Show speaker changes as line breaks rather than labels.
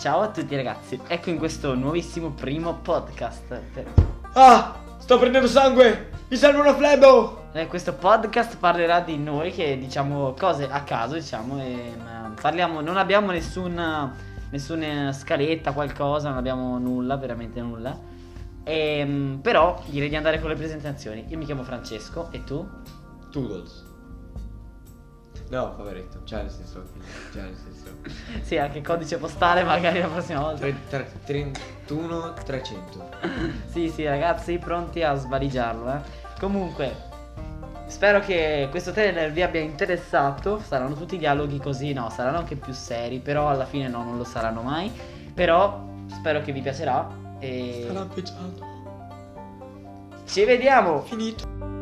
Ciao a tutti ragazzi, ecco in questo nuovissimo primo podcast.
Ah, sto prendendo sangue! Mi serve una flebo!
Eh, questo podcast parlerà di noi che diciamo cose a caso, diciamo, e, ma parliamo, non abbiamo nessuna, nessuna scaletta, qualcosa, non abbiamo nulla, veramente nulla. Ehm, però direi di andare con le presentazioni. Io mi chiamo Francesco e tu?
Toodles. No, poveretto, cioè nel senso, cioè nel senso.
Sì, anche codice postale magari la prossima volta.
Tre- tre- 31 300.
Sì, sì, ragazzi, pronti a svaligiarlo, eh. Comunque, spero che questo trailer vi abbia interessato. Saranno tutti dialoghi così, no, saranno anche più seri, però alla fine no, non lo saranno mai. Però spero che vi piacerà e
Sta lampeggiando.
ci vediamo.
Finito.